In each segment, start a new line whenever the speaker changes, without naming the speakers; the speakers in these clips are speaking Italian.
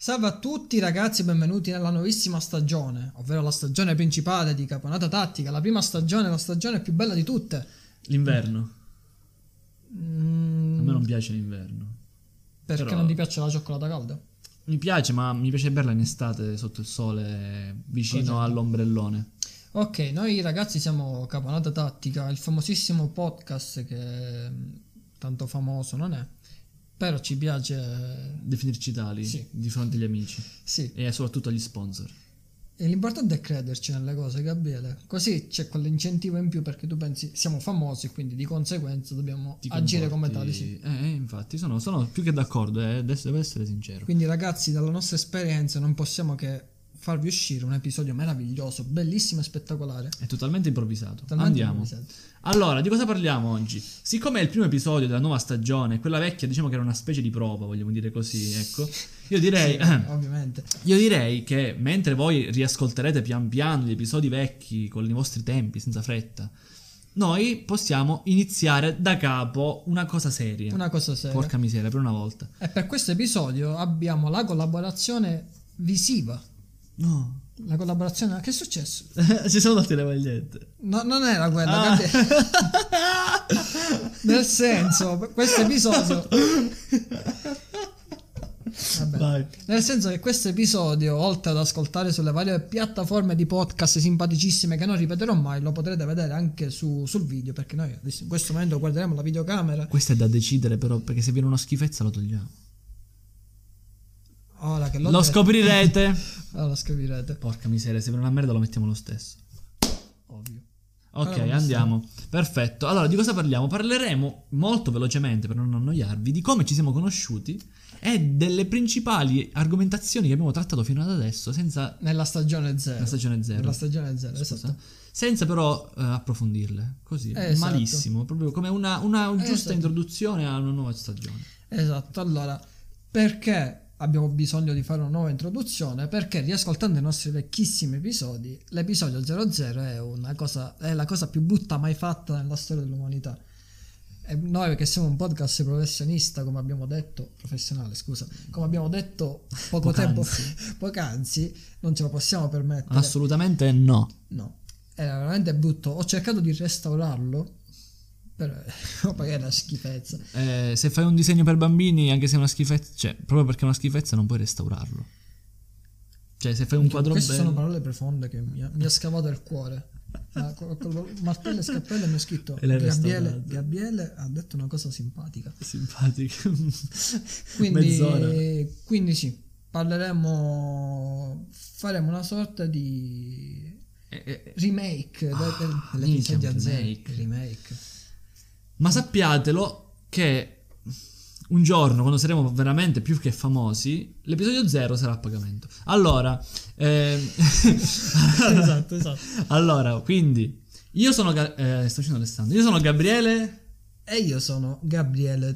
Salve a tutti ragazzi, benvenuti nella nuovissima stagione, ovvero la stagione principale di Caponata Tattica, la prima stagione, la stagione più bella di tutte.
L'inverno.
Mm,
A me non piace l'inverno.
perché
però-
non ti piace la cioccolata calda?
Mi piace, ma mi piace berla in estate sotto il sole, vicino
Cos'è?
all'ombrellone.
Ok, noi ragazzi siamo Caponata Tattica, il famosissimo podcast che mm, tanto famoso non è, però ci piace...
Definirci tali
Sì.
di fronte agli amici
Sì,
e soprattutto agli sponsor.
e l'importante è crederci nelle cose, Gabriele. Così c'è quell'incentivo in più perché tu pensi siamo famosi, quindi di conseguenza dobbiamo
Ti
agire come
comporti-
tali, sì.
Eh, eh, infatti, sono, sono più che d'accordo, eh, adesso devo essere sincero.
Quindi ragazzi, dalla nostra esperienza non possiamo che farvi uscire un episodio meraviglioso, bellissimo e spettacolare.
È totalmente improvvisato.
Talmente
Andiamo.
improvvisato.
Allora, di cosa parliamo oggi? Siccome è il primo episodio della nuova stagione, quella vecchia diciamo che era una specie di prova, vogliamo dire così, ecco. Io direi... eh,
Sì, ovviamente.
Io direi che mentre voi riascolterete pian piano gli episodi vecchi con i vostri tempi, senza fretta, noi possiamo iniziare da capo una cosa seria.
Una cosa seria.
Porca miseria, per una volta.
E per questo episodio abbiamo la collaborazione visiva.
No.
La collaborazione... Che è successo?
si sono date le magliette.
No, non era quella,
Ah.
Gabriele. Nel senso, questo episodio. Vabbè.
Vai.
Nel senso che questo episodio, oltre ad ascoltare sulle varie piattaforme di podcast simpaticissime che non ripeterò mai, lo potrete vedere anche su- sul video, perché noi adesso in questo momento guarderemo la videocamera.
Questo è da decidere però, perché se viene una schifezza lo togliamo.
Ora che l'ho
Lo
detto-
scoprirete.
Ora lo scoprirete.
Porca miseria, se viene una merda lo mettiamo lo stesso.
Ovvio.
Ok,
Allora,
andiamo. Perfetto. Allora, di cosa parliamo? Parleremo molto velocemente, per non annoiarvi, di come ci siamo conosciuti e delle principali argomentazioni che abbiamo trattato fino ad adesso, senza
Nella stagione zero.
la stagione zero.
Nella stagione zero,
Scusa.
esatto.
Senza però eh, approfondirle. Così,
Eh, esatto.
malissimo. Proprio come una, una giusta
esatto.
introduzione a una nuova stagione.
Esatto, allora perché abbiamo bisogno di fare una nuova introduzione? Perché riascoltando i nostri vecchissimi episodi, l'episodio 00 è, una cosa, è la cosa più brutta mai fatta nella storia dell'umanità. E noi che siamo un podcast professionista, come abbiamo detto, professionale scusa, come abbiamo detto poco tempo poc'anzi, non ce lo possiamo permettere.
Assolutamente no.
No, era veramente brutto. Ho cercato di restaurarlo, però poi è una schifezza.
Eh, se fai un disegno per bambini, anche se è una schifezza, cioè, proprio perché è una schifezza, non puoi restaurarlo. Cioè, se fai un quadro
Queste
bello.
sono parole profonde che mi ha, mi ha scavato il cuore. Ma Con con martello e scappello mi ha scritto
E l'hai
Gabriele,
restaurato."
Gabriele ha detto una cosa simpatica.
Simpatica. Mezz'ora.
Quindi, quindi sì, parleremo, faremo una sorta di
Eh,
remake
Ah,
del-
minchia,
dell'episodio
un
a zero.
remake.
Remake.
Ma sappiatelo che un giorno, quando saremo veramente più che famosi, l'episodio 0 sarà a pagamento. Allora, ehm,
esatto, esatto.
allora, quindi, io sono... Ga- eh, sto facendo Alessandro. Io sono Gabriele...
E io sono Gabriele,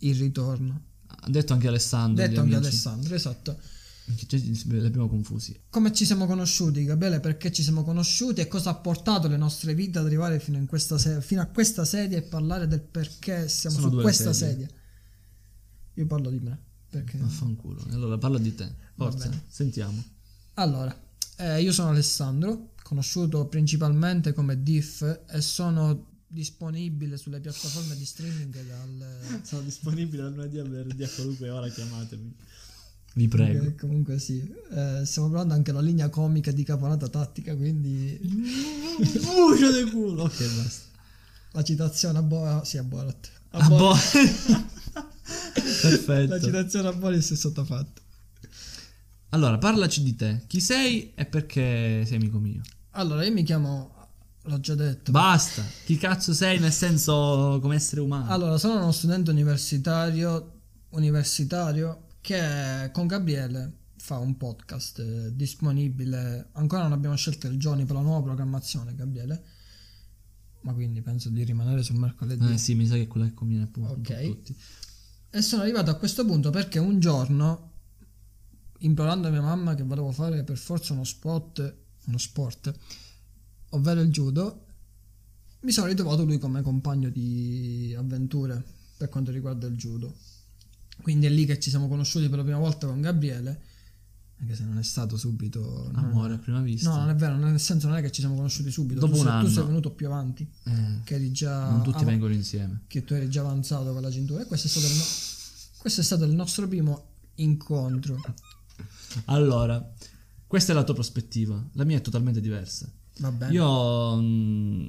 il ritorno.
Ha detto anche Alessandro. gli
Detto anche
amici.
Alessandro, esatto.
Minchia, già ci- Li abbiamo confusi.
Come ci siamo conosciuti, Gabriele? Perché ci siamo conosciuti e cosa ha portato le nostre vite ad arrivare fino, in questa se- fino a questa sedia e parlare del perché siamo
Sono
su
due
questa
sedie.
sedia. Io parlo di me. Perché...
Vaffanculo. Allora, parla di te. Forza,
bene.
sentiamo. Ah.
Allora, eh, io sono Alessandro, conosciuto principalmente come Diff e sono disponibile sulle piattaforme di streaming dal...
Sono disponibile da lunedì a venerdì a qualunque ora, chiamatemi. Vi prego.
Eh, Comunque sì, Eh, stiamo provando anche la linea comica di Caponata Tattica, quindi
Bucio del culo. Ok, basta.
la citazione a Borat... Sì, a Borat. A
Ah,
Borat.
boh.
La
Perfetto.
citazione a Boris è stata fatta.
Allora, parlaci di te. Chi sei e perché sei amico mio?
Allora, io mi chiamo. L'ho già detto.
Basta. Chi cazzo sei nel senso come essere umano?
allora, sono uno studente universitario, universitario che con Gabriele fa un podcast eh, disponibile. Ancora non abbiamo scelto il giorno per la nuova programmazione, Gabriele. Ma quindi penso di rimanere sul mercoledì.
Eh sì, mi sa che è quella che conviene appunto
Ok.
a tutti.
E sono arrivato a questo punto perché un giorno, implorando mia mamma che volevo fare per forza uno sport, uno sport, ovvero il judo, mi sono ritrovato lui come compagno di avventure per quanto riguarda il judo. Quindi è lì che ci siamo conosciuti per la prima volta con Gabriele, anche se non è stato subito
Amore a prima vista.
Mm. No, non è vero, non è- nel senso non è che ci siamo conosciuti subito.
Dopo
tu, sei-
un
tu
anno.
sei venuto più avanti,
Eh,
che eri già
non tutti
av-
vengono insieme.
che tu eri già avanzato con la cintura e questo è stato il, no- questo è stato il nostro primo incontro.
Allora, questa è la tua prospettiva. La mia è totalmente diversa.
Va bene.
Io. mm,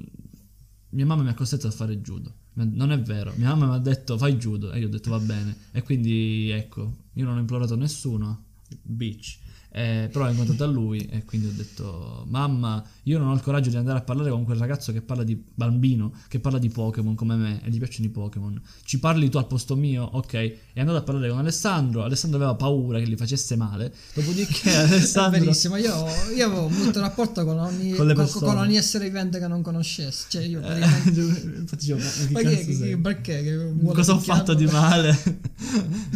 mia mamma mi ha costretto a fare judo. Ma Non è vero, mia mamma mi ha detto fai judo e io ho detto va bene. E quindi ecco, io non ho implorato nessuno, bitch. Eh, però ho incontrato a lui e quindi ho detto mamma io non ho il coraggio di andare a parlare con quel ragazzo che parla di bambino che parla di Pokémon come me e gli piacciono i Pokémon ci parli tu al posto mio ok è andato a parlare con Alessandro Alessandro aveva paura che gli facesse male dopodiché
È
Alessandro
verissimo, io, io avevo molto rapporto con ogni,
Con le
co-
persone.
con ogni essere vivente che non conoscessi. Cioè io
Eh,
praticamente-
infatti dicevo, ma che
Ma
cazzo
che- che-
sei?
perché? Che vuole
Cosa ho
picchiarlo?
fatto di male?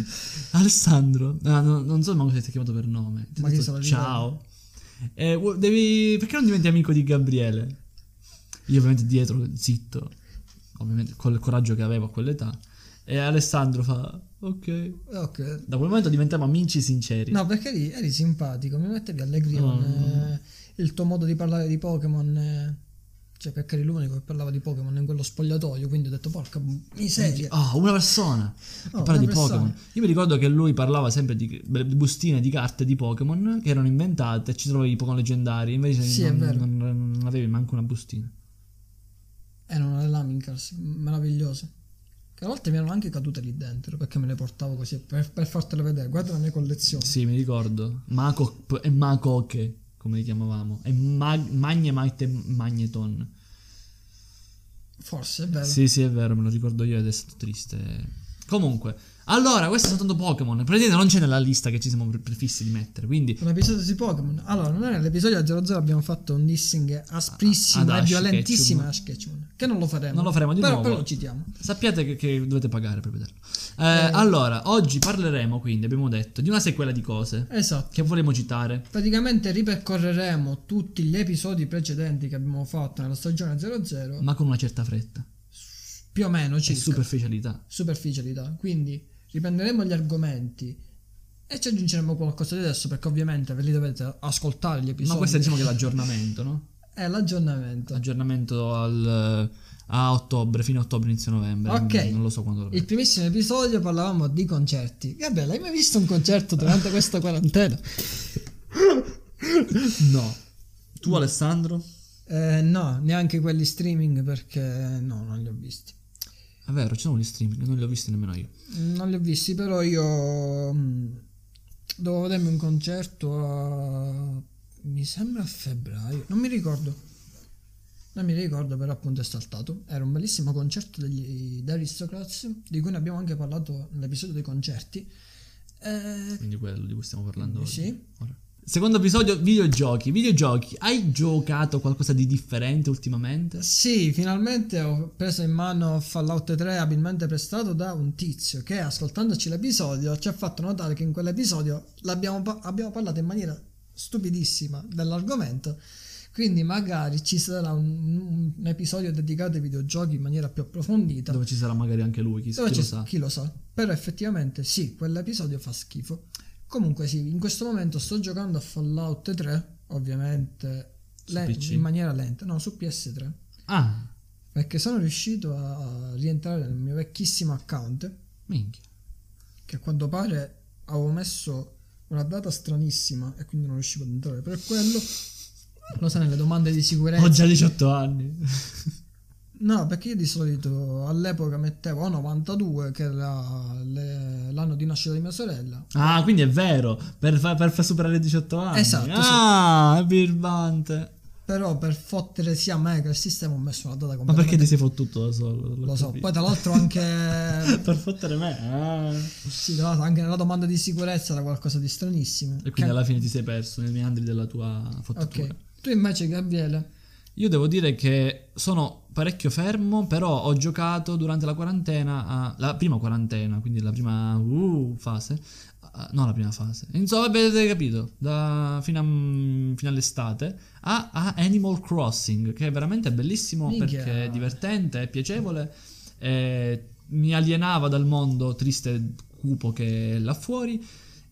Alessandro, ah, no, non so manco se ti ha chiamato per nome. Ti ho
Ma chi
detto
se lo ricorda?
ciao. Eh, vuo- devi- Perché non diventi amico di Gabriele? Io ovviamente dietro, zitto, ovviamente col coraggio che avevo a quell'età. E Alessandro fa, ok.
Ok.
Da quel momento diventiamo amici sinceri.
No, perché eri, eri simpatico, mi mettevi allegria con
Oh, No.
eh, il tuo modo di parlare di Pokémon. eh, cioè, perché eri l'unico che parlava di Pokémon in quello spogliatoio, quindi ho detto porca miseria.
Oh, una persona che
Oh,
parla
una
di
persona.
Pokémon. Io mi ricordo che lui parlava sempre di di bustine di carte di Pokémon che erano inventate e ci trovavi i Pokémon leggendari. Invece
Sì, è
non,
vero.
non- non avevi manco una bustina.
Erano le Lamincars, meravigliose. Che a volte mi erano anche cadute lì dentro, perché me le portavo così, per, per fartele vedere. Guarda la mia collezione.
Sì, mi ricordo. Mako e Makoke, come li chiamavamo. E Mag- Magnemite e Magneton.
Forse, è vero.
Sì, sì, è vero, me lo ricordo io ed è stato triste. Comunque, allora, questo è soltanto Pokémon. Praticamente non c'è nella lista che ci siamo pre- prefissi di mettere. Quindi
Un episodio di Pokémon. Allora, noi nell'episodio 00 abbiamo fatto un dissing asprissimo
Ah, Ad
e
Ash
violentissimo
Ketchum.
a Ash Ketchum, Che non lo faremo.
Non lo faremo di
però,
nuovo.
Però lo citiamo.
Sappiate che, che dovete pagare per vederlo. Eh,
Eh.
Allora, oggi parleremo quindi, abbiamo detto, di una sequela di cose
Esatto.
che volevo citare.
Praticamente ripercorreremo tutti gli episodi precedenti che abbiamo fatto nella stagione 00.
Ma con una certa fretta
Più o meno
e
circa.
superficialità.
superficialità. Quindi riprenderemo gli argomenti e ci aggiungeremo qualcosa di adesso perché ovviamente ve li dovete ascoltare gli episodi.
Ma questo è diciamo che è l'aggiornamento, no?
è l'aggiornamento.
Aggiornamento al, a ottobre, fine ottobre, inizio novembre.
Ok.
Mm, Non lo so quando lo
Il primissimo episodio parlavamo di concerti. Gabriele, hai mai visto un concerto durante questa quarantena?
No. Tu Alessandro?
Eh, no, neanche quelli streaming perché no, non li ho visti.
È vero, ci sono gli streaming, non li ho visti nemmeno io.
Non li ho visti, però io mh, dovevo vedermi un concerto a... mi sembra a febbraio, non mi ricordo. Non mi ricordo, però appunto è saltato. Era un bellissimo concerto degli The Aristocrats, di cui ne abbiamo anche parlato nell'episodio dei concerti. Eh,
Quindi quello di cui stiamo parlando
Sì.
oggi. Ora. Secondo episodio, videogiochi. Videogiochi, hai giocato qualcosa di differente ultimamente?
Sì, finalmente ho preso in mano Fallout 3 abilmente prestato da un tizio che ascoltandoci l'episodio ci ha fatto notare che in quell'episodio l'abbiamo pa- abbiamo parlato in maniera stupidissima dell'argomento. Quindi magari ci sarà un, un episodio dedicato ai videogiochi in maniera più approfondita.
Dove ci sarà magari anche lui, chi,
Dove
chi
ci-
lo sa.
Chi lo sa. Però effettivamente sì, quell'episodio fa schifo. Comunque sì, in questo momento sto giocando a Fallout 3, ovviamente
Su
len-
PC?
in maniera lenta, no, su PS3
Ah,
perché sono riuscito a rientrare nel mio vecchissimo account
minchia.
che a quanto pare avevo messo una data stranissima e quindi non riuscivo ad entrare per quello lo sa nelle domande di sicurezza
Ho già 18 anni.
no perché io di solito all'epoca mettevo o 92 che era le- l'anno di nascita di mia sorella
Ah, quindi è vero, per, fa- per far superare i 18 anni.
Esatto, sì.
Ah, è birbante.
però per fottere sia me che il sistema ho messo una data
Ma perché
completamente
ti sei fottuto da solo? Non l'ho
lo so
capito.
poi tra l'altro anche
Per fottere me. ah.
sì, tra l'altro anche nella domanda di sicurezza era qualcosa di stranissimo
E quindi alla fine ti sei perso nei meandri della tua fottatura.
ok tu invece Gabriele
Io devo dire che sono parecchio fermo, però ho giocato durante la quarantena, a- la prima quarantena, quindi la prima uh, fase, a- no la prima fase, insomma avete capito, da- fino, a- fino all'estate, a, a Animal Crossing, che è veramente bellissimo
Minchia.
perché è divertente, è piacevole, eh, mi alienava dal mondo triste cupo che è là fuori.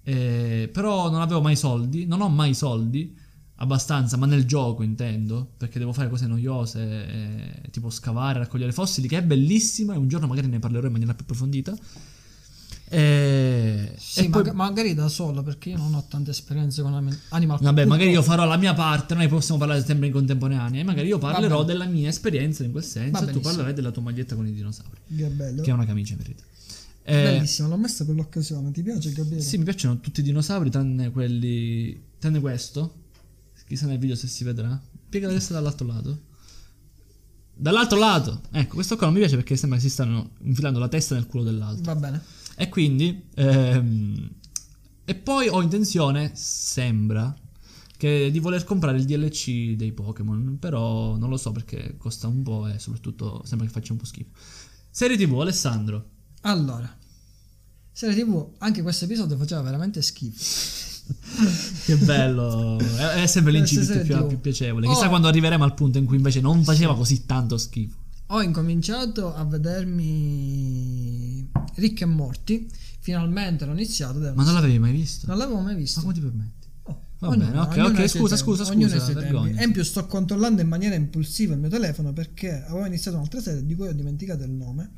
Eh, però non avevo mai soldi, non ho mai soldi abbastanza, ma nel gioco intendo, perché devo fare cose noiose, eh, tipo scavare, raccogliere fossili, che è bellissima e un giorno magari ne parlerò in maniera più approfondita. Eh,
Sì,
e poi-
maga- magari da solo perché io non ho tante esperienze con ami- Animal
Vabbè,
Crossing.
magari io farò la mia parte, noi possiamo parlare sempre in contemporanea, e magari io parlerò
bene.
della mia esperienza in quel senso,
Va
e tu
benissimo.
parlerai della tua maglietta con i dinosauri,
Che
Esatto.
bello.
che è una camicia in verità. Eh,
Bellissimo, l'ho messa per l'occasione. Ti piace, Gabriele?
Sì, mi piacciono tutti i dinosauri, tranne quelli. tranne questo. Chissà nel video se si vedrà. Piega la testa dall'altro lato. Dall'altro lato! Ecco, questo qua non mi piace perché sembra che si stanno infilando la testa nel culo dell'altro.
Va bene.
E quindi. ehm, e poi ho intenzione, sembra, che di voler comprare il DLC dei Pokémon. Però non lo so perché costa un po' e soprattutto sembra che faccia un po' schifo. Serie TV, Alessandro.
Allora, serie TV, anche questo episodio faceva veramente schifo.
Che bello, è, è sempre l'incipit
Sì, sì,
più,
tipo-
più piacevole. Chissà
Oh.
quando arriveremo al punto in cui invece non faceva così tanto schifo.
Ho incominciato a vedermi Rick e Morty, finalmente l'ho iniziato ed è
Ma
una-
non l'avevi mai visto?
non l'avevo mai
Ma
visto.
come ti permetti?
Oh,
Va
ognuno-
bene, ok,
ognuno
ok,
ha i suoi
scusa,
tempi,
scusa, scusa,
ognuno ha i suoi tempi.
vergognati.
E in più sto controllando in maniera impulsiva il mio telefono perché avevo iniziato un'altra serie di cui ho dimenticato il nome.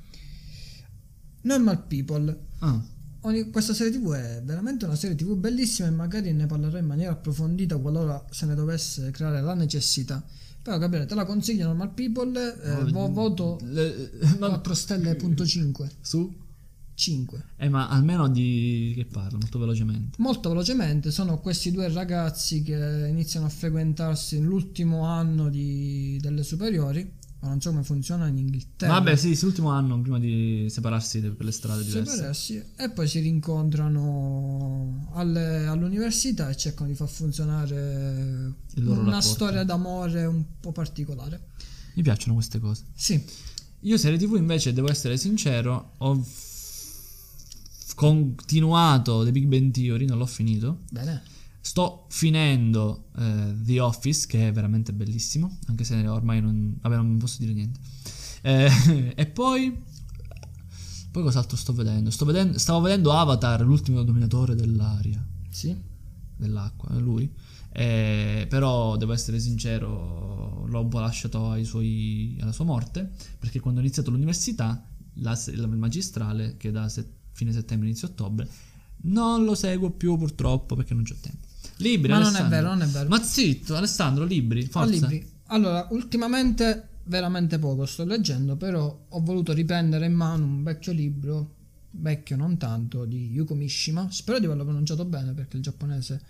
Normal People.
Ah,
Ogni- questa serie tv è veramente una serie tv bellissima e magari ne parlerò in maniera approfondita qualora se ne dovesse creare la necessità. Però Gabriele, te la consiglio Normal People, eh,
Oh,
vo- voto
le- ma-
4 stelle.5.
su?
5.
Eh, ma almeno di che parlo, molto velocemente.
Molto velocemente sono questi due ragazzi che iniziano a frequentarsi nell'ultimo anno di- delle superiori, ma non so come funziona in Inghilterra.
Vabbè, sì, sì, l'ultimo anno prima di separarsi de- per le strade diverse.
Separarsi, e poi si rincontrano alle- all'università e cercano di far funzionare
Il
una
loro rapporto.
storia d'amore un po' particolare.
Mi piacciono queste cose.
Sì,
Io serie TV invece, devo essere sincero, ho f- continuato The Big Bang Theory, non l'ho finito.
bene.
Sto finendo eh, The Office, che è veramente bellissimo, anche se ormai non, vabbè, non posso dire niente. Eh, e poi... Poi cos'altro sto vedendo? sto vedendo? Stavo vedendo Avatar, l'ultimo dominatore dell'aria,
Sì.
dell'acqua, lui. Eh, però devo essere sincero, l'ho un po' lasciato ai suoi- alla sua morte, perché quando ho iniziato l'università, la, se- la- il magistrale, che è da set- fine settembre, inizio ottobre, non lo seguo più purtroppo perché non c'ho tempo. Libri,
Ma non è
Alessandro.
vero, non è vero.
Ma zitto, Alessandro, libri,
Ho
forza.
libri. Allora, ultimamente veramente poco sto leggendo, però ho voluto riprendere in mano un vecchio libro, vecchio non tanto, di Yuko Mishima. Spero di averlo pronunciato bene perché il giapponese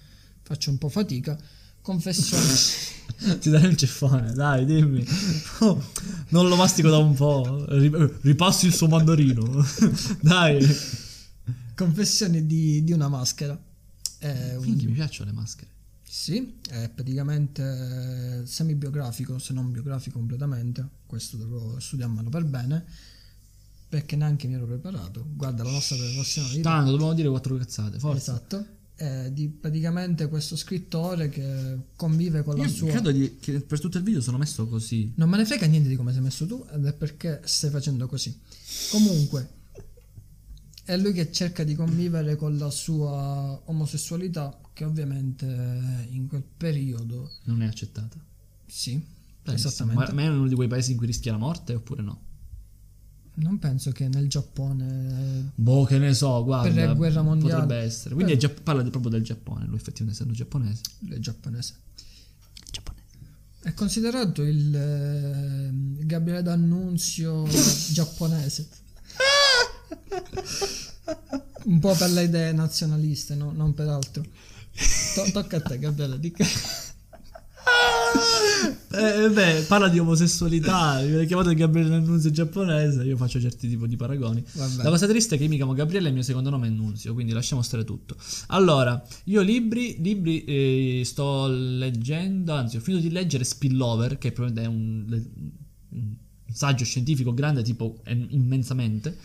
faccio un po' fatica. Confessioni.
Ti darei un ceffone, dai, dimmi. Oh, non lo mastico da un po'. Ri- Ripassi il suo mandarino. dai.
Confessioni di, di una maschera. È un-
Minchia, mi piacciono le maschere.
sì, è praticamente eh, semibiografico, se non biografico completamente. Questo dovrò studiarmelo per bene. Perché neanche mi ero preparato. Guarda la nostra professionalità.
Tanto, dobbiamo dire quattro cazzate, forza.
Esatto. Eh, di praticamente questo scrittore che convive con la
Io
sua.
credo di- che per tutto il video sono messo così.
Non me ne frega niente di come sei messo tu ed è perché stai facendo così. Comunque, è lui che cerca di convivere con la sua omosessualità, che ovviamente eh, in quel periodo
Non è accettata.
sì,
Benissimo.
esattamente.
Ma ma è uno di quei paesi in cui rischia la morte oppure no?
Non penso che nel Giappone.
Boh, che ne so, guarda.
Per la guerra mondiale.
Potrebbe essere. Quindi è gia- parla di- proprio del Giappone, lui effettivamente essendo giapponese.
è giapponese.
Giapponese.
È considerato il eh, Gabriele D'Annunzio giapponese. Un po' per le idee nazionaliste, no? non per altro. To- tocca a te, Gabriele. Di che...
Eh, beh, parla di omosessualità. Mi viene chiamato Gabriele D'Annunzio giapponese. Io faccio certi tipi di paragoni.
Vabbè.
La cosa triste è che io mi chiamo Gabriele e il mio secondo nome è Nunzio, quindi lasciamo stare tutto. Allora, io libri, libri eh, sto leggendo, anzi ho finito di leggere Spillover, che probabilmente è un, le- un saggio scientifico grande, tipo en- immensamente.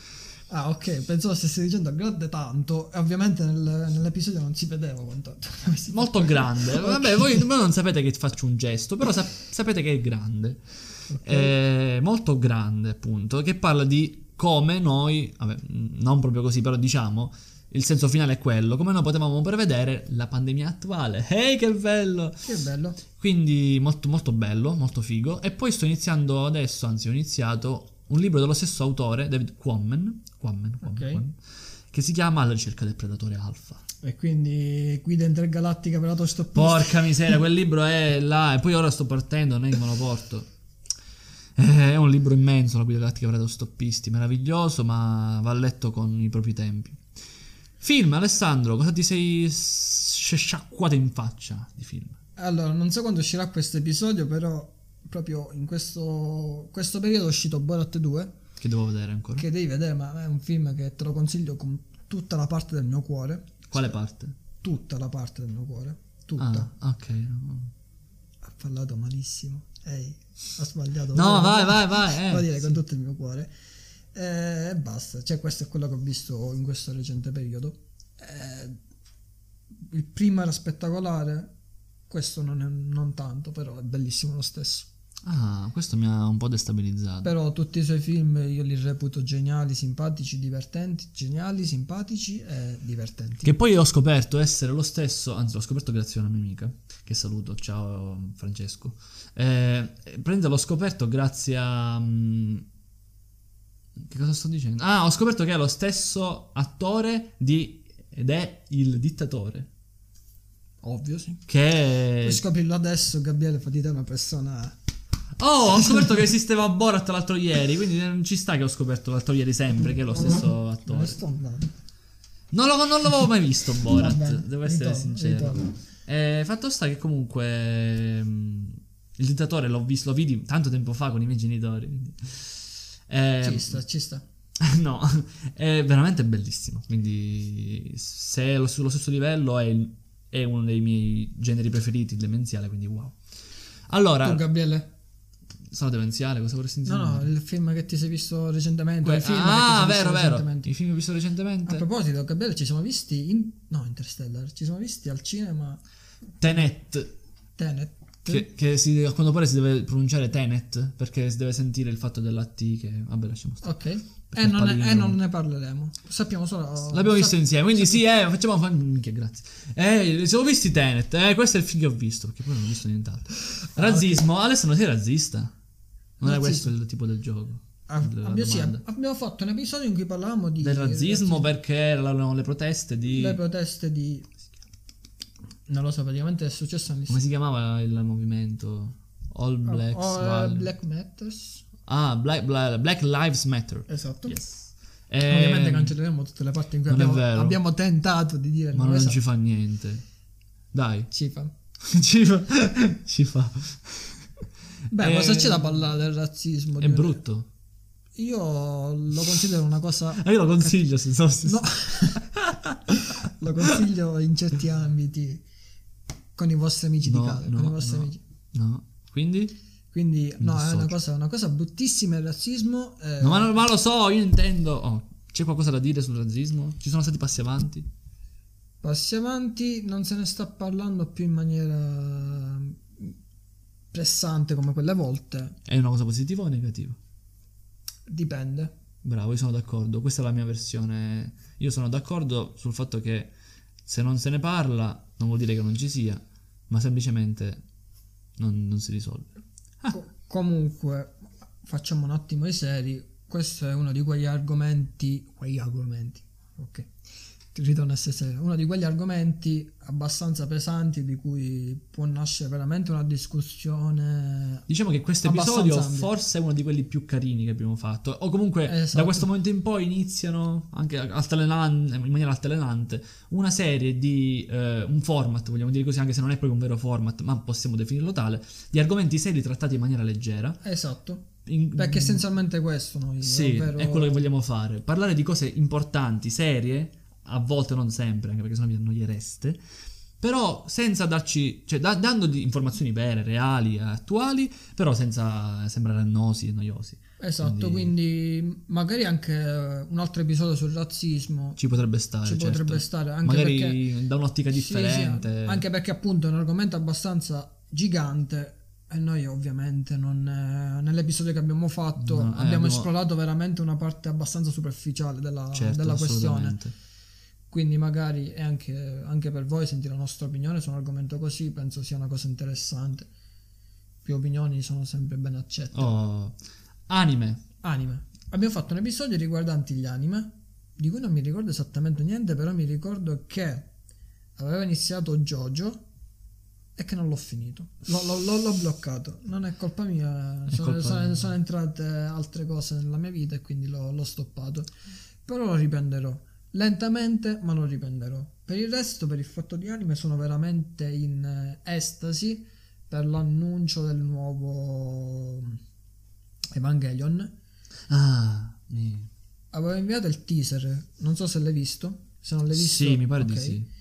Ah, ok. Pensavo stessi dicendo grande tanto. E ovviamente nel- nell'episodio non si vedeva quanto.
Molto grande. Vabbè, voi, voi non sapete che faccio un gesto, però sap- sapete che è grande. Eh, molto grande, Eh, appunto, che parla di come noi, vabbè, non proprio così, però diciamo, il senso finale è quello, come noi potevamo prevedere la pandemia attuale. Ehi, che bello!
Che bello.
Quindi molto molto bello, molto figo. E poi sto iniziando adesso, anzi ho iniziato un libro dello stesso autore, David Quammen, Quammen, Quammen,
Ok.
Quammen, che si chiama Alla ricerca del predatore alfa.
E quindi guida intergalattica per l'autostoppista.
Porca miseria, quel libro è là e poi ora sto partendo, non è che me lo porto. Eh, È un libro immenso, la guida galattica per stoppisti, meraviglioso, ma va letto con i propri tempi. Film, Alessandro, cosa ti sei s- sciacquato in faccia di film?
Allora, non so quando uscirà questo episodio, però proprio in questo, questo periodo è uscito Borat 2,
Che devo vedere ancora?
che devi vedere, ma è un film che te lo consiglio con tutta la parte del mio cuore.
Quale parte?
Tutta la parte del mio cuore. Tutta.
Ah, ok. No,
Ha parlato malissimo. Ehi, ha sbagliato.
No,
Volevo-
vai, vai, vai. eh,
Devo dire
sì.
con tutto il mio cuore. Eh, E basta, cioè questo è quello che ho visto in questo recente periodo. Eh, il primo era spettacolare, questo non, è- non tanto, però è bellissimo lo stesso.
Ah, questo mi ha un po' destabilizzato.
Però tutti i suoi film io li reputo geniali, simpatici, divertenti, geniali, simpatici e divertenti.
Che poi ho scoperto essere lo stesso, anzi l'ho scoperto grazie a una mia amica, che saluto, ciao Francesco. Eh, prende l'ho scoperto grazie a... mm, Che cosa sto dicendo? Ah, ho scoperto che è lo stesso attore di... ed è il dittatore.
Ovvio,
Eh,
sì.
Che...
Puoi scoprirlo adesso, Gabriele, fa di te una persona...
Oh, ho scoperto che esisteva Borat l'altro ieri, quindi non ci sta che ho scoperto l'altro ieri sempre che è lo stesso
Me ne
attore.
sto andando.
Non, lo- non l'avevo mai visto Borat,
Vabbè,
devo essere
ritorno,
sincero.
ritorno.
Eh, fatto sta che comunque mh, il dittatore l'ho visto, lo vidi tanto tempo fa con i miei genitori. quindi. Eh,
Ci sta, ci sta.
no, è veramente bellissimo. Quindi se è lo- sullo stesso livello è, il- è uno dei miei generi preferiti, il demenziale, quindi wow. Allora,
Tu, Gabriele?
sono demenziale, cosa vorresti dire?
No, no, il film che ti sei visto recentemente. il film
ah,
che ti sei
vero,
visto
vero.
recentemente.
I film che ho visto recentemente.
A proposito, Gabriele, ci siamo visti in... No, Interstellar, ci siamo visti al cinema
Tenet,
Tenet.
Che, che si, a quanto pare si deve pronunciare Tenet perché si deve sentire il fatto della T che... Vabbè lasciamo stare.
Ok.
Perché
E non,
parli di
e
nuovo.
non ne parleremo. Sappiamo solo...
L'abbiamo visto
sa-
insieme, quindi sì, eh, facciamo... fa- minchia, grazie. Eh, ci siamo visti Tenet, eh, questo è il film che ho visto, perché poi non ho visto nient'altro. Razzismo, Alessandro sei razzista? Non è
Ah, Razzismo.
questo il tipo del gioco?
Ah,
la
abbiamo, sì,
domanda.
abbiamo fatto un episodio in cui parlavamo di...
Del razzismo perché erano le proteste di...
Le proteste di... Non lo so, praticamente è successo negli
Come si chiamava il movimento? All Blacks
Oh, eh,
Lives-
Black Matters.
Ah, Black, Black- Black Lives Matter.
Esatto.
Yes.
Ovviamente
Ehm,
cancelleremo tutte le parti in cui
non è
abbiamo,
vero.
abbiamo tentato di dire il
Ma
nome
non
esatto.
ci fa niente. Dai,
Ci fa.
ci fa. ci fa.
Beh,
Eh,
cosa c'è da parlare del razzismo?
È
Di-
brutto.
Io lo considero una cosa.
Eh, Io lo consiglio se so se-
No. lo consiglio in certi ambiti con i vostri amici
No,
di casa.
no,
con i vostri
no.
amici.
No. Eh. Quindi?
Quindi, no, è una
dissocio.
cosa, una cosa bruttissima il razzismo. eh,
No, ma, no, ma lo so, io intendo. Oh, c'è qualcosa da dire sul razzismo? Ci sono stati passi avanti?
Passi avanti, non se ne sta parlando più in maniera mm, pressante come quelle volte.
È una cosa positiva o negativa?
Dipende.
Bravo, io sono d'accordo. Questa è la mia versione. Io sono d'accordo sul fatto che se non se ne parla non vuol dire che non ci sia, ma semplicemente non, non si risolve.
Co- comunque, facciamo un attimo i seri. Questo è uno di quegli argomenti. Quegli argomenti, ok. Ti Ritorno a essere serio. Uno di quegli argomenti abbastanza pesanti di cui può nascere veramente una discussione.
Diciamo che questo
Abbastanza
episodio
ampio.
forse è uno di quelli più carini che abbiamo fatto. O comunque
Esatto.
da questo momento in poi iniziano anche altalenan- in maniera altalenante una serie di eh, un format, vogliamo dire così, anche se non è proprio un vero format, ma possiamo definirlo tale, di argomenti seri trattati in maniera leggera.
Esatto.
In-
Perché essenzialmente questo noi.
Mm. Sì,
ovvero-
è quello che vogliamo fare. Parlare di cose importanti, serie, a volte non sempre, anche perché sennò vi annoiereste. Però senza darci, cioè da- dando di- informazioni vere, reali, attuali, però senza sembrare annosi e noiosi.
Esatto, quindi... magari anche eh, un altro episodio sul razzismo
Ci potrebbe stare,
ci
certo.
potrebbe stare. Anche
Magari
perché...
da un'ottica
Sì, sì,
differente.
anche perché appunto è un argomento abbastanza gigante. eh, E noi ovviamente non, eh, nell'episodio che abbiamo fatto
No, eh,
abbiamo,
abbiamo-
esplorato veramente una parte abbastanza superficiale della,
certo,
della questione.
assolutamente.
Quindi magari è anche, anche per voi sentire la nostra opinione su un argomento così penso sia una cosa interessante. Più opinioni sono sempre ben accette.
Oh, anime.
Anime. Abbiamo fatto un episodio riguardanti gli anime, di cui non mi ricordo esattamente niente, però mi ricordo che avevo iniziato Jojo e che non l'ho finito. L'ho, l'ho- l'ho- l'ho bloccato. Non è colpa mia,
È
sono,
colpa
sono-
mia.
sono entrate altre cose nella mia vita e quindi l'ho, l'ho stoppato. Però lo riprenderò. Lentamente, ma lo riprenderò. Per il resto, per il fatto di anime, sono veramente in eh, estasi per l'annuncio del nuovo mm, Evangelion.
Ah, mi-
Avevo inviato il teaser, non so se l'hai visto. Se non l'hai visto,
sì, mi pare
ok.
di sì.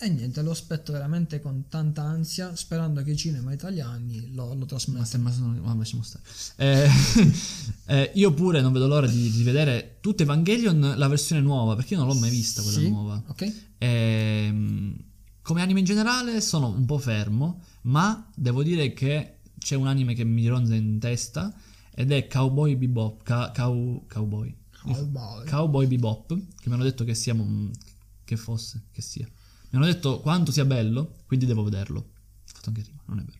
E niente, lo aspetto veramente con tanta ansia, sperando che i cinema italiani lo, lo
Ma,
trasmettano.
se- ma sono, ma lasciamo stare. Eh, eh, io pure non vedo l'ora di, di vedere tutto Evangelion, la versione nuova, perché io non l'ho mai vista quella
Sì,
nuova.
Ok?
Ehm, come anime in generale sono un po' fermo, ma devo dire che c'è un anime che mi ronza in testa ed è Cowboy Bebop. Ca- cow- cowboy.
Cowboy.
Cowboy Bebop, che mi hanno detto che sia... un- che fosse, che sia. Mi hanno detto quanto sia bello, quindi devo vederlo. Ho fatto anche rima, non è vero.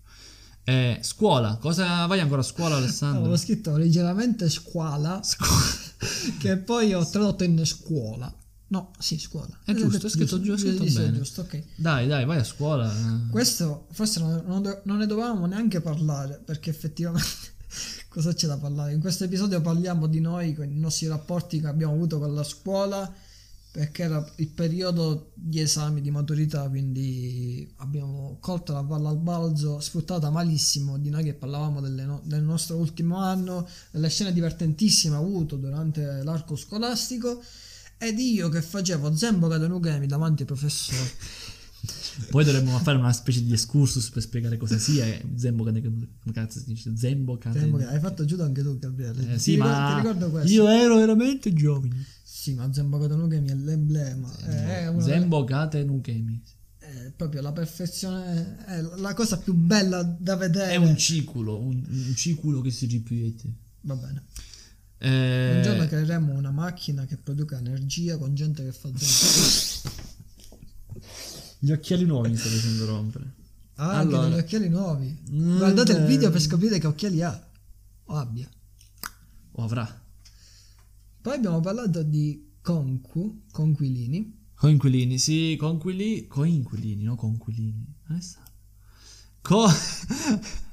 Eh, scuola, cosa vai ancora a scuola Alessandro?
Avevo scritto originalmente scuola,
Scuola.
che poi ho tradotto in scuola. No, sì, scuola.
È giusto, è scritto giù, è scritto
Sì, sì,
bene.
giusto, ok.
Dai, dai, vai a scuola. eh.
Questo forse non, non do- non ne dovevamo neanche parlare perché effettivamente cosa c'è da parlare? In questo episodio parliamo di noi, con i nostri rapporti che abbiamo avuto con la scuola perché era il periodo di esami di maturità, quindi abbiamo colto la palla al balzo, sfruttata malissimo di noi che parlavamo delle no- del nostro ultimo anno, delle scene divertentissime avute durante l'arco scolastico ed io che facevo Zembo Katanugemi davanti ai professori.
Poi dovremmo fare una specie di excursus per spiegare cosa sia eh, Zembo Kane- come cazzo si dice? Zembo Kane-
Tempo che- hai fatto giudo anche tu, Gabriele.
Eh,
ti,
sì,
ricordo,
ma
ti ricordo questo.
io ero veramente giovane.
Sì, ma Zembo Katanugami è l'emblema. Eh, È, una-
Zembo Kate Nukemi.
è proprio la perfezione. È la cosa più bella da vedere.
È un ciculo, un, un ciculo che si ripete.
Va bene.
Eh,
Un giorno creeremo una macchina che produca energia con gente che fa Zembo.
Gli occhiali nuovi mi sta facendo rompere.
Ah,
Allora.
anche degli occhiali nuovi.
Mm,
Guardate il
beh.
video per scoprire che occhiali ha. O abbia.
O Oh, avrà.
Poi abbiamo parlato di Concu, Conquilini.
Coinquilini, sì, coinquilini, coinquilini, no conquilini. Alessandro. Co-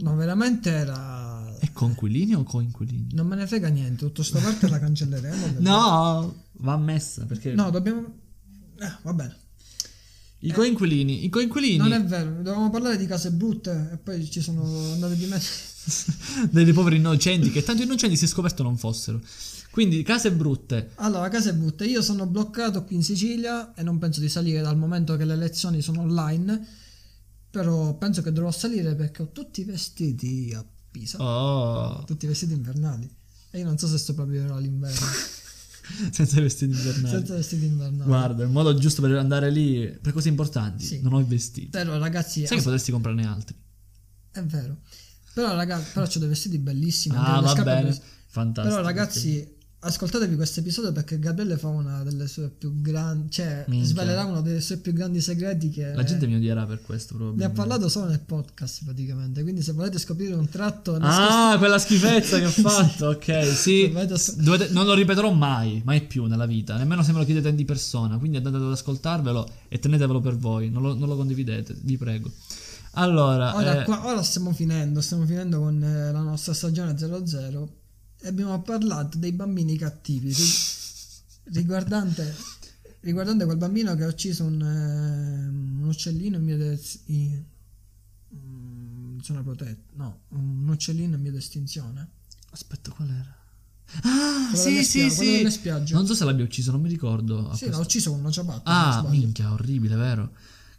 No, veramente era.
è conquilini o coinquilini?
Non me ne frega niente. Tutto sto parte la cancelleremo.
No, va messa perché
No, dobbiamo. eh, va bene.
i coinquilini, i
Non
coinquilini
è vero, dovevamo parlare di case brutte e poi ci sono andate di mezzo.
dei poveri innocenti che tanto innocenti si è scoperto non fossero. Quindi case brutte.
Allora, case brutte, io sono bloccato qui in Sicilia e non penso di salire dal momento che le lezioni sono online, però penso che dovrò salire perché ho tutti i vestiti a Pisa,
Oh,
tutti i vestiti invernali e io non so se sopravviverò all'inverno,
senza i vestiti invernali.
senza vestiti invernali.
Guarda, il modo giusto per andare lì per cose importanti.
Sì.
Non ho i vestiti.
Però ragazzi,
Sai che potresti comprarne altri?
è vero. Però ragazzi, però c'ho dei vestiti bellissimi, anche
ah,
delle
va
scarpe
bene.
bellissime.
Fantastico.
Però ragazzi, ascoltatevi questo episodio perché Gabriele fa una delle sue più grandi, cioè
Minchia.
svelerà uno dei suoi più grandi segreti che
La gente mi odierà per questo
ne ha
probabilmente.
parlato solo nel podcast praticamente, quindi se volete scoprire un tratto nascosto-
Ah, quella schifezza che ho fatto. Ok, sì.
Dovete ass-
Dovete- non lo ripeterò mai, mai più nella vita. Nemmeno se me lo chiedete di persona. Quindi andate ad ascoltarvelo e tenetevelo per voi. Non lo, non lo condividete, vi prego. Allora,
ora,
eh,
Oh, qua- ora stiamo finendo, stiamo finendo con eh, la nostra stagione 00 e abbiamo parlato dei bambini cattivi ri- riguardante, riguardante quel bambino che ha ucciso un, eh, un uccellino in via des- in- mm, zona protetta, no, un uccellino in via d'estinzione.
aspetta, qual era? Ah, sì,
delle
sì,
spia- quello
sì.
delle spiagge.
Non so se l'abbia ucciso, non mi ricordo. a
Sì, l'ha ucciso con una ciabatta. se non
Ah,
sbaglio.
minchia, orribile, vero?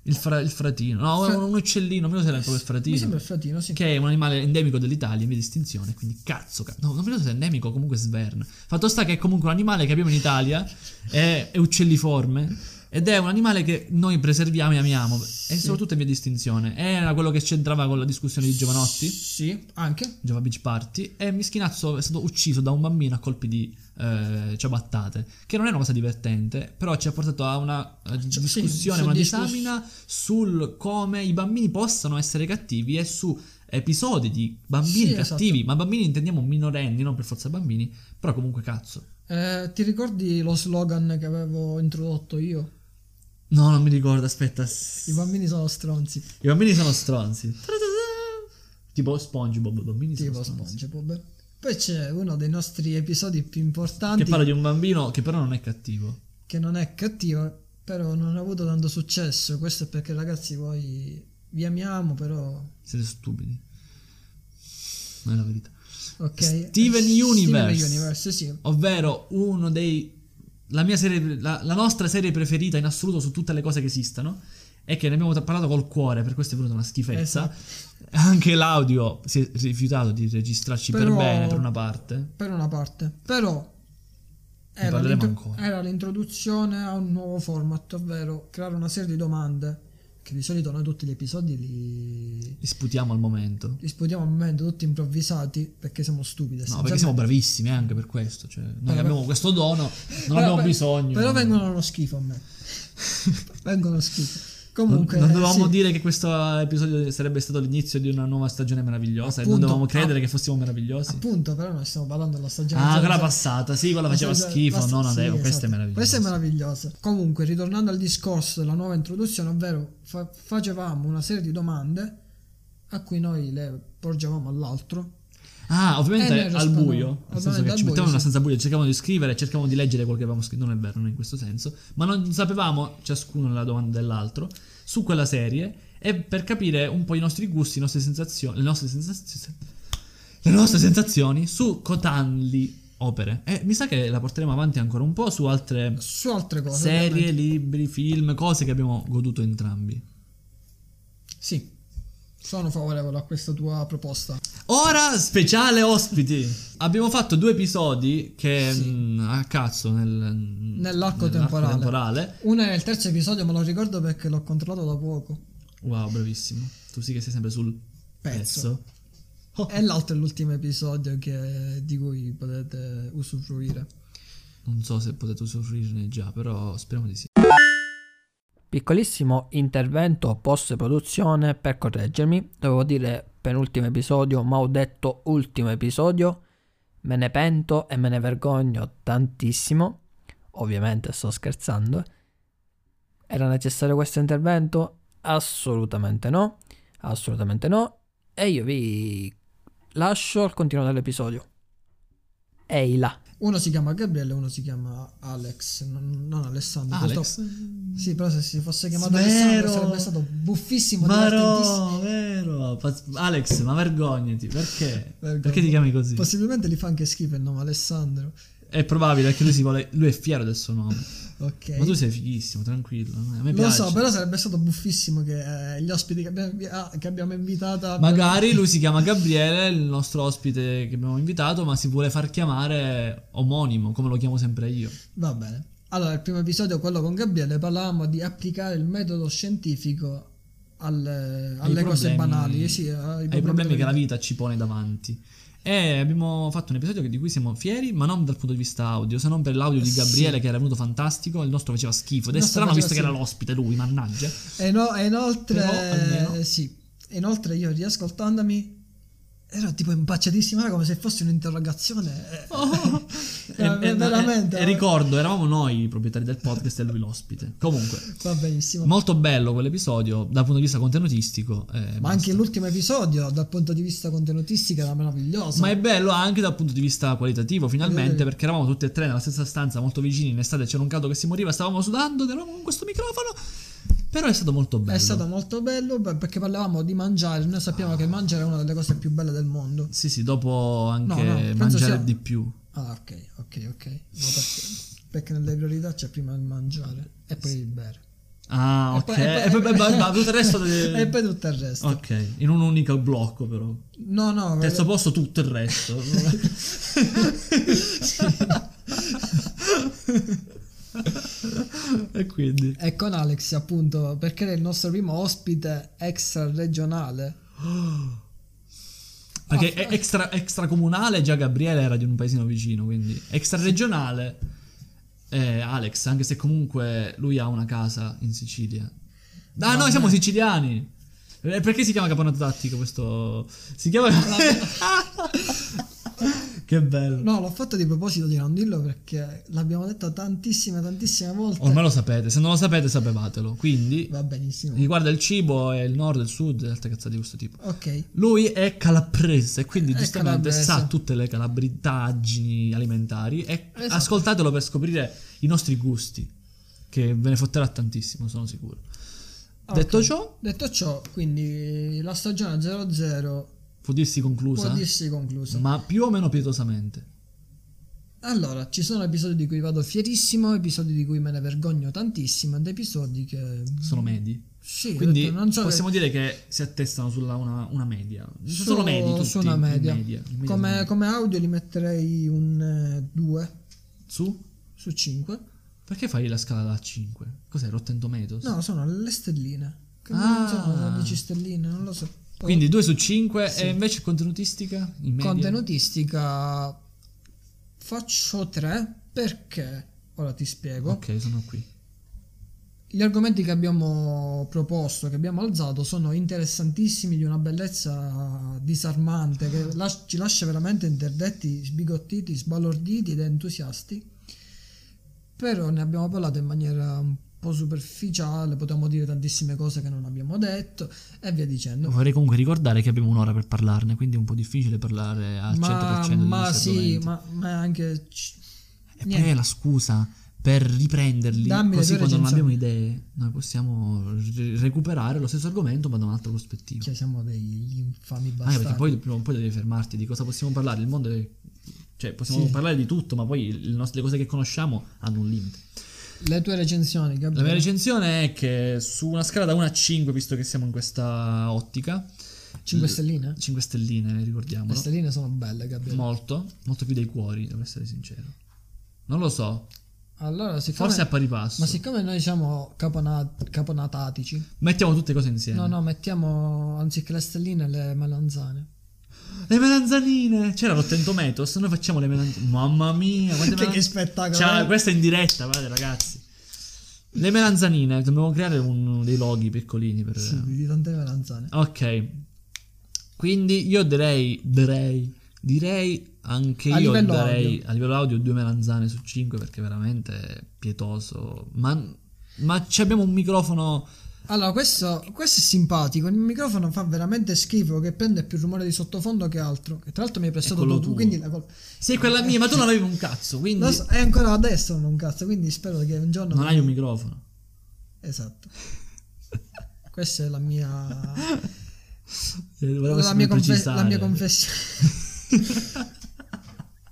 Il, fra- il fratino, no,
Fra-
un uccellino, non mi ricordo se era proprio il
Mi sembra
fratino.
il fratino, sì.
Che è un animale endemico dell'Italia, in via di estinzione, quindi cazzo, ca- no, non mi ricordo se è endemico o comunque sverno. Fatto sta che è comunque un animale che abbiamo in Italia, è, è uccelliforme, Ed è un animale che noi preserviamo e amiamo. E soprattutto è mia distinzione. Era quello che c'entrava con la discussione di Giovanotti,
Sì, anche.
Giova Beach Party. E Mischinazzo è stato ucciso da un bambino a colpi di eh, ciabattate. Che non è una cosa divertente, però ci ha portato a una eh,
Cioè, sì,
discussione,
su
una
discuss-
disamina sul come i bambini possano essere cattivi e su episodi di bambini
Sì, esatto.
cattivi. Ma bambini intendiamo minorenni, non per forza bambini, però comunque cazzo.
Eh, ti ricordi lo slogan che avevo introdotto io?
No, non mi ricordo, aspetta.
I bambini sono stronzi.
I bambini sono stronzi. Tipo SpongeBob, bambini
Tipo
sono stronzi.
SpongeBob. Poi c'è uno dei nostri episodi più importanti
Che parla di un bambino che però non è cattivo.
che non è cattivo, però non ha avuto tanto successo. Questo è perché ragazzi voi vi amiamo, però...
Siete stupidi. Non è la verità.
Ok.
Steven Universe.
Steven Universe, sì.
Ovvero uno dei... La, mia serie, la, la nostra serie preferita in assoluto su tutte le cose che esistono. È che ne abbiamo tra- parlato col cuore, per questo è venuta una schifezza.
Esatto.
Anche l'audio si è rifiutato di registrarci per
Però-
bene, per una parte.
Per una parte. Però... Era,
parleremo
l'intro-
ancora.
era l'introduzione a un nuovo format, ovvero creare una serie di domande. Che di solito noi tutti gli episodi li,
Disputiamo al momento.
li spodiamo a momento, tutti improvvisati, perché siamo stupidi.
No, perché siamo bravissimi anche per questo. Cioè, noi che abbiamo questo dono, non abbiamo bisogno.
Però vengono uno schifo a me. vengono schifo. Comunque... eh,
non dovevamo
sì.
dire che questo episodio sarebbe stato l'inizio di una nuova stagione meravigliosa. e non
Appunto,
dovevamo credere
ah.
che fossimo meravigliosi.
Appunto, però noi stiamo parlando della stagione.
Ah,
zero-
quella
zero-
passata, sì, quella faceva
Basta-
schifo.
basta-
No, no,
sì,
dai, oh, questa
esatto.
è meravigliosa.
Questa è meravigliosa. Comunque, ritornando al discorso della nuova introduzione, ovvero fa- facevamo una serie di domande a cui noi le porgevamo all'altro.
Ah,
Eh,
ovviamente
noi
al
respondiamo-
buio, nel senso
ovviamente
che
al
ci
buio,
mettevamo in
sì.
una stanza buia, cercavamo di scrivere, cercavamo di leggere quello che avevamo scritto, non è vero, non in questo senso, ma non sapevamo ciascuno la domanda dell'altro su quella serie e per capire un po' i nostri gusti, le nostre sensazioni, le nostre sensazioni, le nostre sensazioni su cotanli opere. E mi sa che la porteremo avanti ancora un po' su altre
Su altre cose.
serie,
ovviamente.
libri, film, cose che abbiamo goduto entrambi.
Sì. Sono favorevole a questa tua proposta.
Ora speciale ospiti. Abbiamo fatto due episodi che
Sì.
mh, a cazzo nel, nell'arco
temporale.
temporale.
Una è il terzo episodio, me lo ricordo perché l'ho controllato da poco.
Wow, bravissimo. Tu sì che sei sempre sul pezzo.
Pezzo.
Oh.
E l'altro è l'ultimo episodio che- di cui potete usufruire.
Non so se potete usufruirne già, però speriamo di sì.
Piccolissimo intervento post produzione per correggermi, dovevo dire penultimo episodio ma ho detto ultimo episodio, me ne pento e me ne vergogno tantissimo, ovviamente sto scherzando, era necessario questo intervento? Assolutamente no, assolutamente no e io vi lascio al continuo dell'episodio. Ehi là!
Uno si chiama Gabriele e uno si chiama Alex, non, non Alessandro.
Alex.
purtroppo- Sì, però se si fosse chiamato
Vero.
Alessandro sarebbe stato buffissimo,
Ma
divertentissimo.
no, vero. Fa- Alex, ma vergognati, perché?
Vergogna.
Perché ti chiami così?
Possibilmente li fa anche schifo il nome Alessandro.
È probabile che lui si vuole lui è fiero del suo nome.
Ok.
Ma tu sei fighissimo, tranquillo. A me
Lo
piace.
so, però sarebbe stato buffissimo che eh, gli ospiti che abbiamo, invi- ah, che abbiamo invitato... abbiano-
Magari lui si chiama Gabriele, il nostro ospite che abbiamo invitato, ma si vuole far chiamare omonimo, come lo chiamo sempre io.
Va bene. Allora, il primo episodio, quello con Gabriele, parlavamo di applicare il metodo scientifico alle, alle
Ai
cose
problemi-
banali. eh Sì, ai
Ai
problemi
problemi che
della
la vita ci pone davanti. E abbiamo fatto un episodio di cui siamo fieri, ma non dal punto di vista audio, se non per l'audio di Gabriele che era venuto fantastico, il nostro faceva schifo. Ed è
Eh Il nostro
strano
faceva
visto che era l'ospite lui, mannaggia.
E, no- e inoltre, eh,
Però, almeno-
sì, e inoltre io riascoltandomi ero tipo impacciatissima come se fosse un'interrogazione. Eh,
Oh. E-
eh,
e-
veramente.
e- e ricordo, eravamo noi i proprietari del podcast e lui l'ospite. Comunque,
eh, Va benissimo.
molto bello quell'episodio dal punto di vista contenutistico. eh,
Ma
basta.
anche l'ultimo episodio, dal punto di vista contenutistico, era meraviglioso.
Ma è bello anche dal punto di vista qualitativo, finalmente,
Qualitativo.
perché eravamo tutti e tre nella stessa stanza, molto vicini. In estate c'era un caldo che si moriva, stavamo sudando, eravamo con questo microfono. Però è stato molto bello. Ah.
È stato molto bello beh, perché parlavamo di mangiare. Noi sappiamo che mangiare è una delle cose più belle del mondo.
Sì, sì, dopo anche
No, no, penso
mangiare
sia-
di più.
Ah, ok, ok, ok. No, perché, perché nelle priorità c'è prima il mangiare e poi il bere.
Ah, ok.
E
E poi beh, beh, beh, tutto il resto.
e poi tutto il resto.
Ok, in un unico blocco, però.
No, no,
Terzo posto, tutto il resto. e quindi...
E con Alex, appunto, perché era il nostro primo ospite extra regionale.
Perché è extra, extracomunale già Gabriele era di un paesino vicino, quindi extraregionale eh, Alex, anche se comunque lui ha una casa in Sicilia. Ah, noi siamo siciliani. Eh, Perché si chiama Caponato Tattico questo si chiama Che bello.
No, l'ho fatto di proposito di non dirlo perché l'abbiamo detto tantissime, tantissime volte.
Oh, Ormai lo sapete, se non lo sapete sapevatelo. Quindi
Va benissimo.
riguarda il cibo e il nord, il sud e altre cazzate di questo tipo.
Ok.
Lui è calabrese, quindi
È
giustamente
calabrese.
sa tutte le calabritaggini alimentari. E
Esatto.
ascoltatelo per scoprire i nostri gusti, che ve ne fotterà tantissimo, sono sicuro.
Ok.
Detto ciò,
Detto ciò, quindi la stagione 0-0
può dirsi conclusa,
può dirsi conclusa.
ma più o meno pietosamente.
Allora, ci sono episodi di cui vado fierissimo, episodi di cui me ne vergogno tantissimo, ed episodi che...
Sono medi.
Sì, ho
Quindi
detto, non so
possiamo dire che si attestano sulla una, una media.
che-
Sono, medi tutti.
su una
in
media.
in media
come,
sono-
come audio li metterei un 2
Su?
su 5.
Perché fai la scala da 5? Cos'è, Rotten Tomatoes?
No, sono le stelline. Che
Ah.
non sono 12 stelline, non lo so. Poi,
Quindi 2 su 5 e invece contenutistica? In media?
contenutistica faccio 3 perché ora ti spiego.
Ok, sono qui.
Gli argomenti che abbiamo proposto, che abbiamo alzato, sono interessantissimi, di una bellezza disarmante, che las- ci lascia veramente interdetti, sbigottiti, sbalorditi ed entusiasti. Però ne abbiamo parlato in maniera un po' superficiale, potevamo dire tantissime cose che non abbiamo detto e via dicendo.
Vorrei comunque ricordare che abbiamo un'ora per parlarne, quindi è un po' difficile parlare Ah, al 100%
Ma,
di
ma
questi
sì,
argomenti.
ma, ma anche... c-
E poi
niente.
è la scusa per riprenderli,
Dammi le
così
tue
quando non abbiamo
recensioni.
idee noi possiamo r- recuperare lo stesso argomento ma da un'altra prospettiva.
Cioè siamo degli infami
Anche perché
bastardi.
Ah, poi prima o poi devi fermarti di cosa possiamo parlare, il mondo è... Cioè, possiamo
Sì.
parlare di tutto, ma poi il nostro- le cose che conosciamo hanno un limite.
Le tue recensioni,
La mia
Gabriele.
recensione è che su una scala da 1 a 5, visto che siamo in questa ottica,
5 stelline?
5 stelline, ricordiamolo.
eh? Le stelline sono belle, Gabriele.
Molto, molto più dei cuori, devo essere sincero. Non lo so,
Allora, siccome,
forse a pari passo.
ma siccome noi siamo capona- caponatatici,
Mettiamo tutte cose insieme.
no, no, mettiamo anziché le stelline le melanzane.
Le melanzanine! C'era l'ottentometos, noi facciamo le melanzanine. Mamma mia, quante
Che-
melan-
che spettacolo, eh?
Cioè,
guarda.
questa è in diretta, guardate ragazzi. Le melanzanine, dobbiamo creare un- dei loghi piccolini per...
Sì, di tante melanzane.
Ok. Quindi io direi, direi, direi anche
A
io
livello
darei a livello audio due melanzane su 5 perché veramente è pietoso. Ma, ma ci abbiamo un microfono
Allora, questo, questo è simpatico. Il microfono fa veramente schifo, che prende più rumore di sottofondo che altro. Che tra l'altro mi hai prestato
quello
tu,
tuo.
quindi la colpa.
Sì, quella mia, ma tu non avevi un cazzo, quindi
Lo so, è ancora a destra non cazzo, quindi spero che un giorno...
non hai un microfono.
Esatto. Questa è la mia...
Eh, volevo
la mia,
sempre
confe- la
precisare.
mia confessione.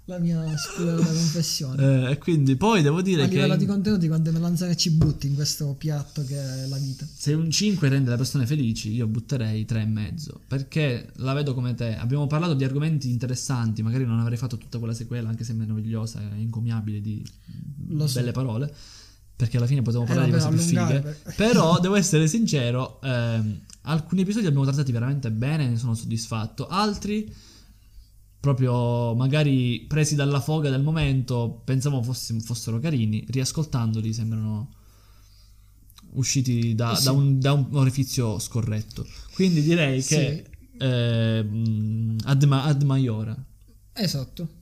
la mia scusa, la confessione.
Eh, e quindi poi devo
A
dire
livello
che
di contenuti, quante melanzane ci butti in questo piatto che è la vita?
se un 5 rende le persone felici, io butterei 3,5. Perché la vedo come te. Abbiamo parlato di argomenti interessanti. Magari non avrei fatto tutta quella sequela, anche se meravigliosa e incomiabile di
Lo so.
belle parole. Perché alla fine potevamo
Era
parlare di
per
cose più fighe.
allungare. per-
Però devo essere sincero, ehm, alcuni episodi li abbiamo trattati veramente bene, ne sono soddisfatto. Altri, proprio magari presi dalla foga del momento, pensavo fossi- fossero carini, riascoltandoli sembrano usciti da,
Eh, Sì.
da un, da un orifizio scorretto. Quindi direi
Sì.
che ehm, ad, ma- ad maiora.
Esatto.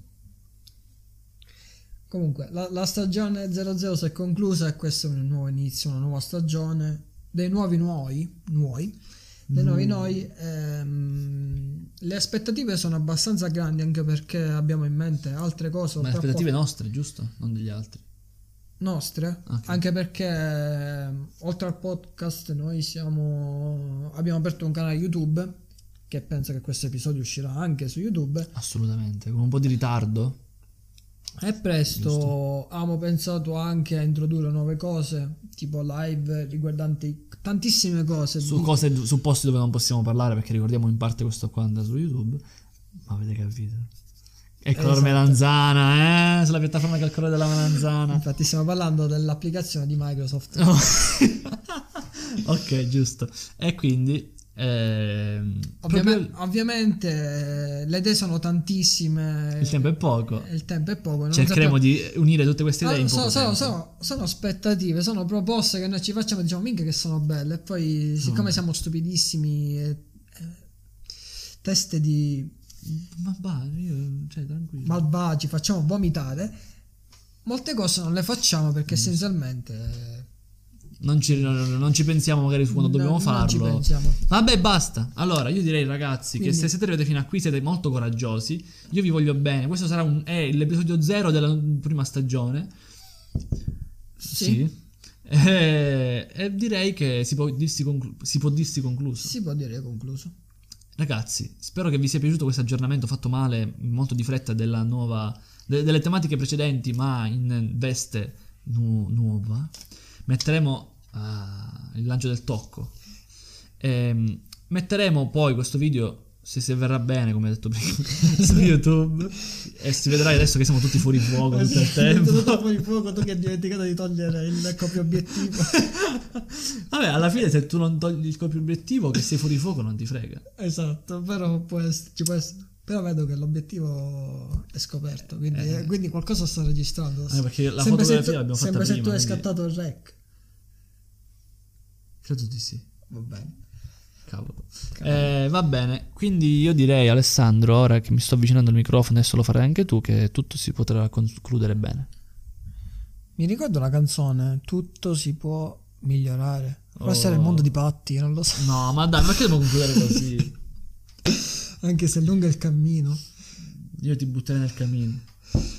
Comunque, la, la stagione 00 si è conclusa e questo è un nuovo inizio, una nuova stagione. Dei nuovi noi, nuoi, dei nuovi noi. ehm, le aspettative sono abbastanza grandi anche perché abbiamo in mente altre cose.
Ma le
oltre a qua-
aspettative nostre, giusto? Non degli altri.
nostre,
Ok.
anche perché ehm, oltre al podcast noi siamo abbiamo aperto un canale YouTube che penso che questo episodio uscirà anche su YouTube
Assolutamente, con un po' di ritardo.
e presto abbiamo pensato anche a introdurre nuove cose, tipo live riguardanti tantissime cose
su
di-
cose su posti dove non possiamo parlare perché ricordiamo in parte questo qua andrà su YouTube ma avete capito Ecco
Esatto.
la melanzana, eh? Sulla piattaforma che ha il colore della melanzana.
Infatti stiamo parlando dell'applicazione di Microsoft.
No. ok, giusto. E quindi... ehm,
Ovviame-
proprio
Ovviamente eh, le idee sono tantissime.
il tempo è poco.
Il tempo è poco. non
Cercheremo
sappiamo-
di unire tutte queste idee
Ah,
in
so-
poco
sono,
tempo.
sono- sono aspettative, sono proposte che noi ci facciamo e diciamo minchia che sono belle. E poi,
Mm.
siccome siamo stupidissimi, e, eh, teste di
Ma va, io... Cioè, tranquillo.
malvagi, facciamo vomitare, molte cose non le facciamo perché
Mm.
essenzialmente eh,
Non ci, non- non ci pensiamo magari su quando
no-
dobbiamo
non ci
farlo.
pensiamo.
Vabbè, basta. Allora, io direi, ragazzi,
Quindi-
che se siete arrivati fino a qui siete molto coraggiosi. Io vi voglio bene. Questo sarà un- è l'episodio zero della prima stagione.
Sì.
E, Eh, e direi che si può dirsi, conclu- si può dirsi concluso.
Si può dire concluso.
Ragazzi, spero che vi sia piaciuto questo aggiornamento fatto male, molto di fretta, della nuova, de- delle tematiche precedenti, ma in veste nu- nuova. Metteremo ah, il lancio del tocco. Ehm, metteremo poi questo video, se, se verrà bene, come ho detto prima, su YouTube. E si vedrà adesso che siamo tutti fuori fuoco tutto il tempo.
Eh, Tutto fuori fuoco, tu che hai dimenticato di togliere il copio obiettivo.
Vabbè, alla fine se tu non togli il copio obiettivo, che sei fuori fuoco non ti frega.
Esatto, però può ess- ci può essere- Però vedo che l'obiettivo è scoperto, quindi,
Eh.
quindi qualcosa sta registrando.
Eh, perché la
Sembra se
fotografia
tu-
l'abbiamo fatta
sembra se
prima,
tu hai
quindi-
scattato il rec.
Credo di sì.
Va bene.
Cavolo. Eh, va bene, quindi io direi Alessandro, ora che mi sto avvicinando al microfono, adesso lo farai anche tu, che tutto si potrà concludere bene.
Mi ricordo la canzone, tutto si può migliorare. Forse
Oh.
era il mondo di Patti, non lo so.
No, ma dai, ma che devo concludere così?
Anche se lungo è il cammino.
Eh, Io ti butterei nel camino.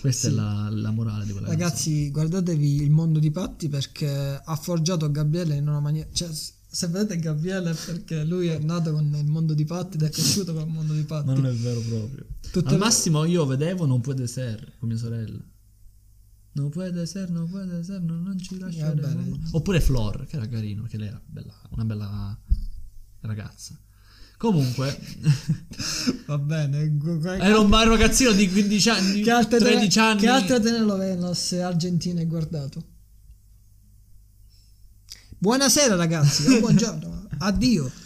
Questa è la, la morale di quella
Ragazzi, guardatevi il mondo di Patti perché ha forgiato Gabriele in una maniera. Cioè, s- se vedete Gabriele è perché lui è nato con il mondo di Patti ed è cresciuto con il mondo di Patti.
canzone. Ma non è vero proprio.
Tutto
Al
il-
massimo io vedevo non può essere con mia sorella. Non può essere, non può essere, non, non
Eh,
ci lasciare.
bene.
Oppure Flor, che era carino, che lei era bella, una bella ragazza. Comunque,
Va bene, gu- gu-
Era un bar ragazzino di 15 anni,
che altre
13
tele-
Eh, anni.
Che altre telenovelas argentine hai guardato? Buonasera ragazzi, o buongiorno, addio.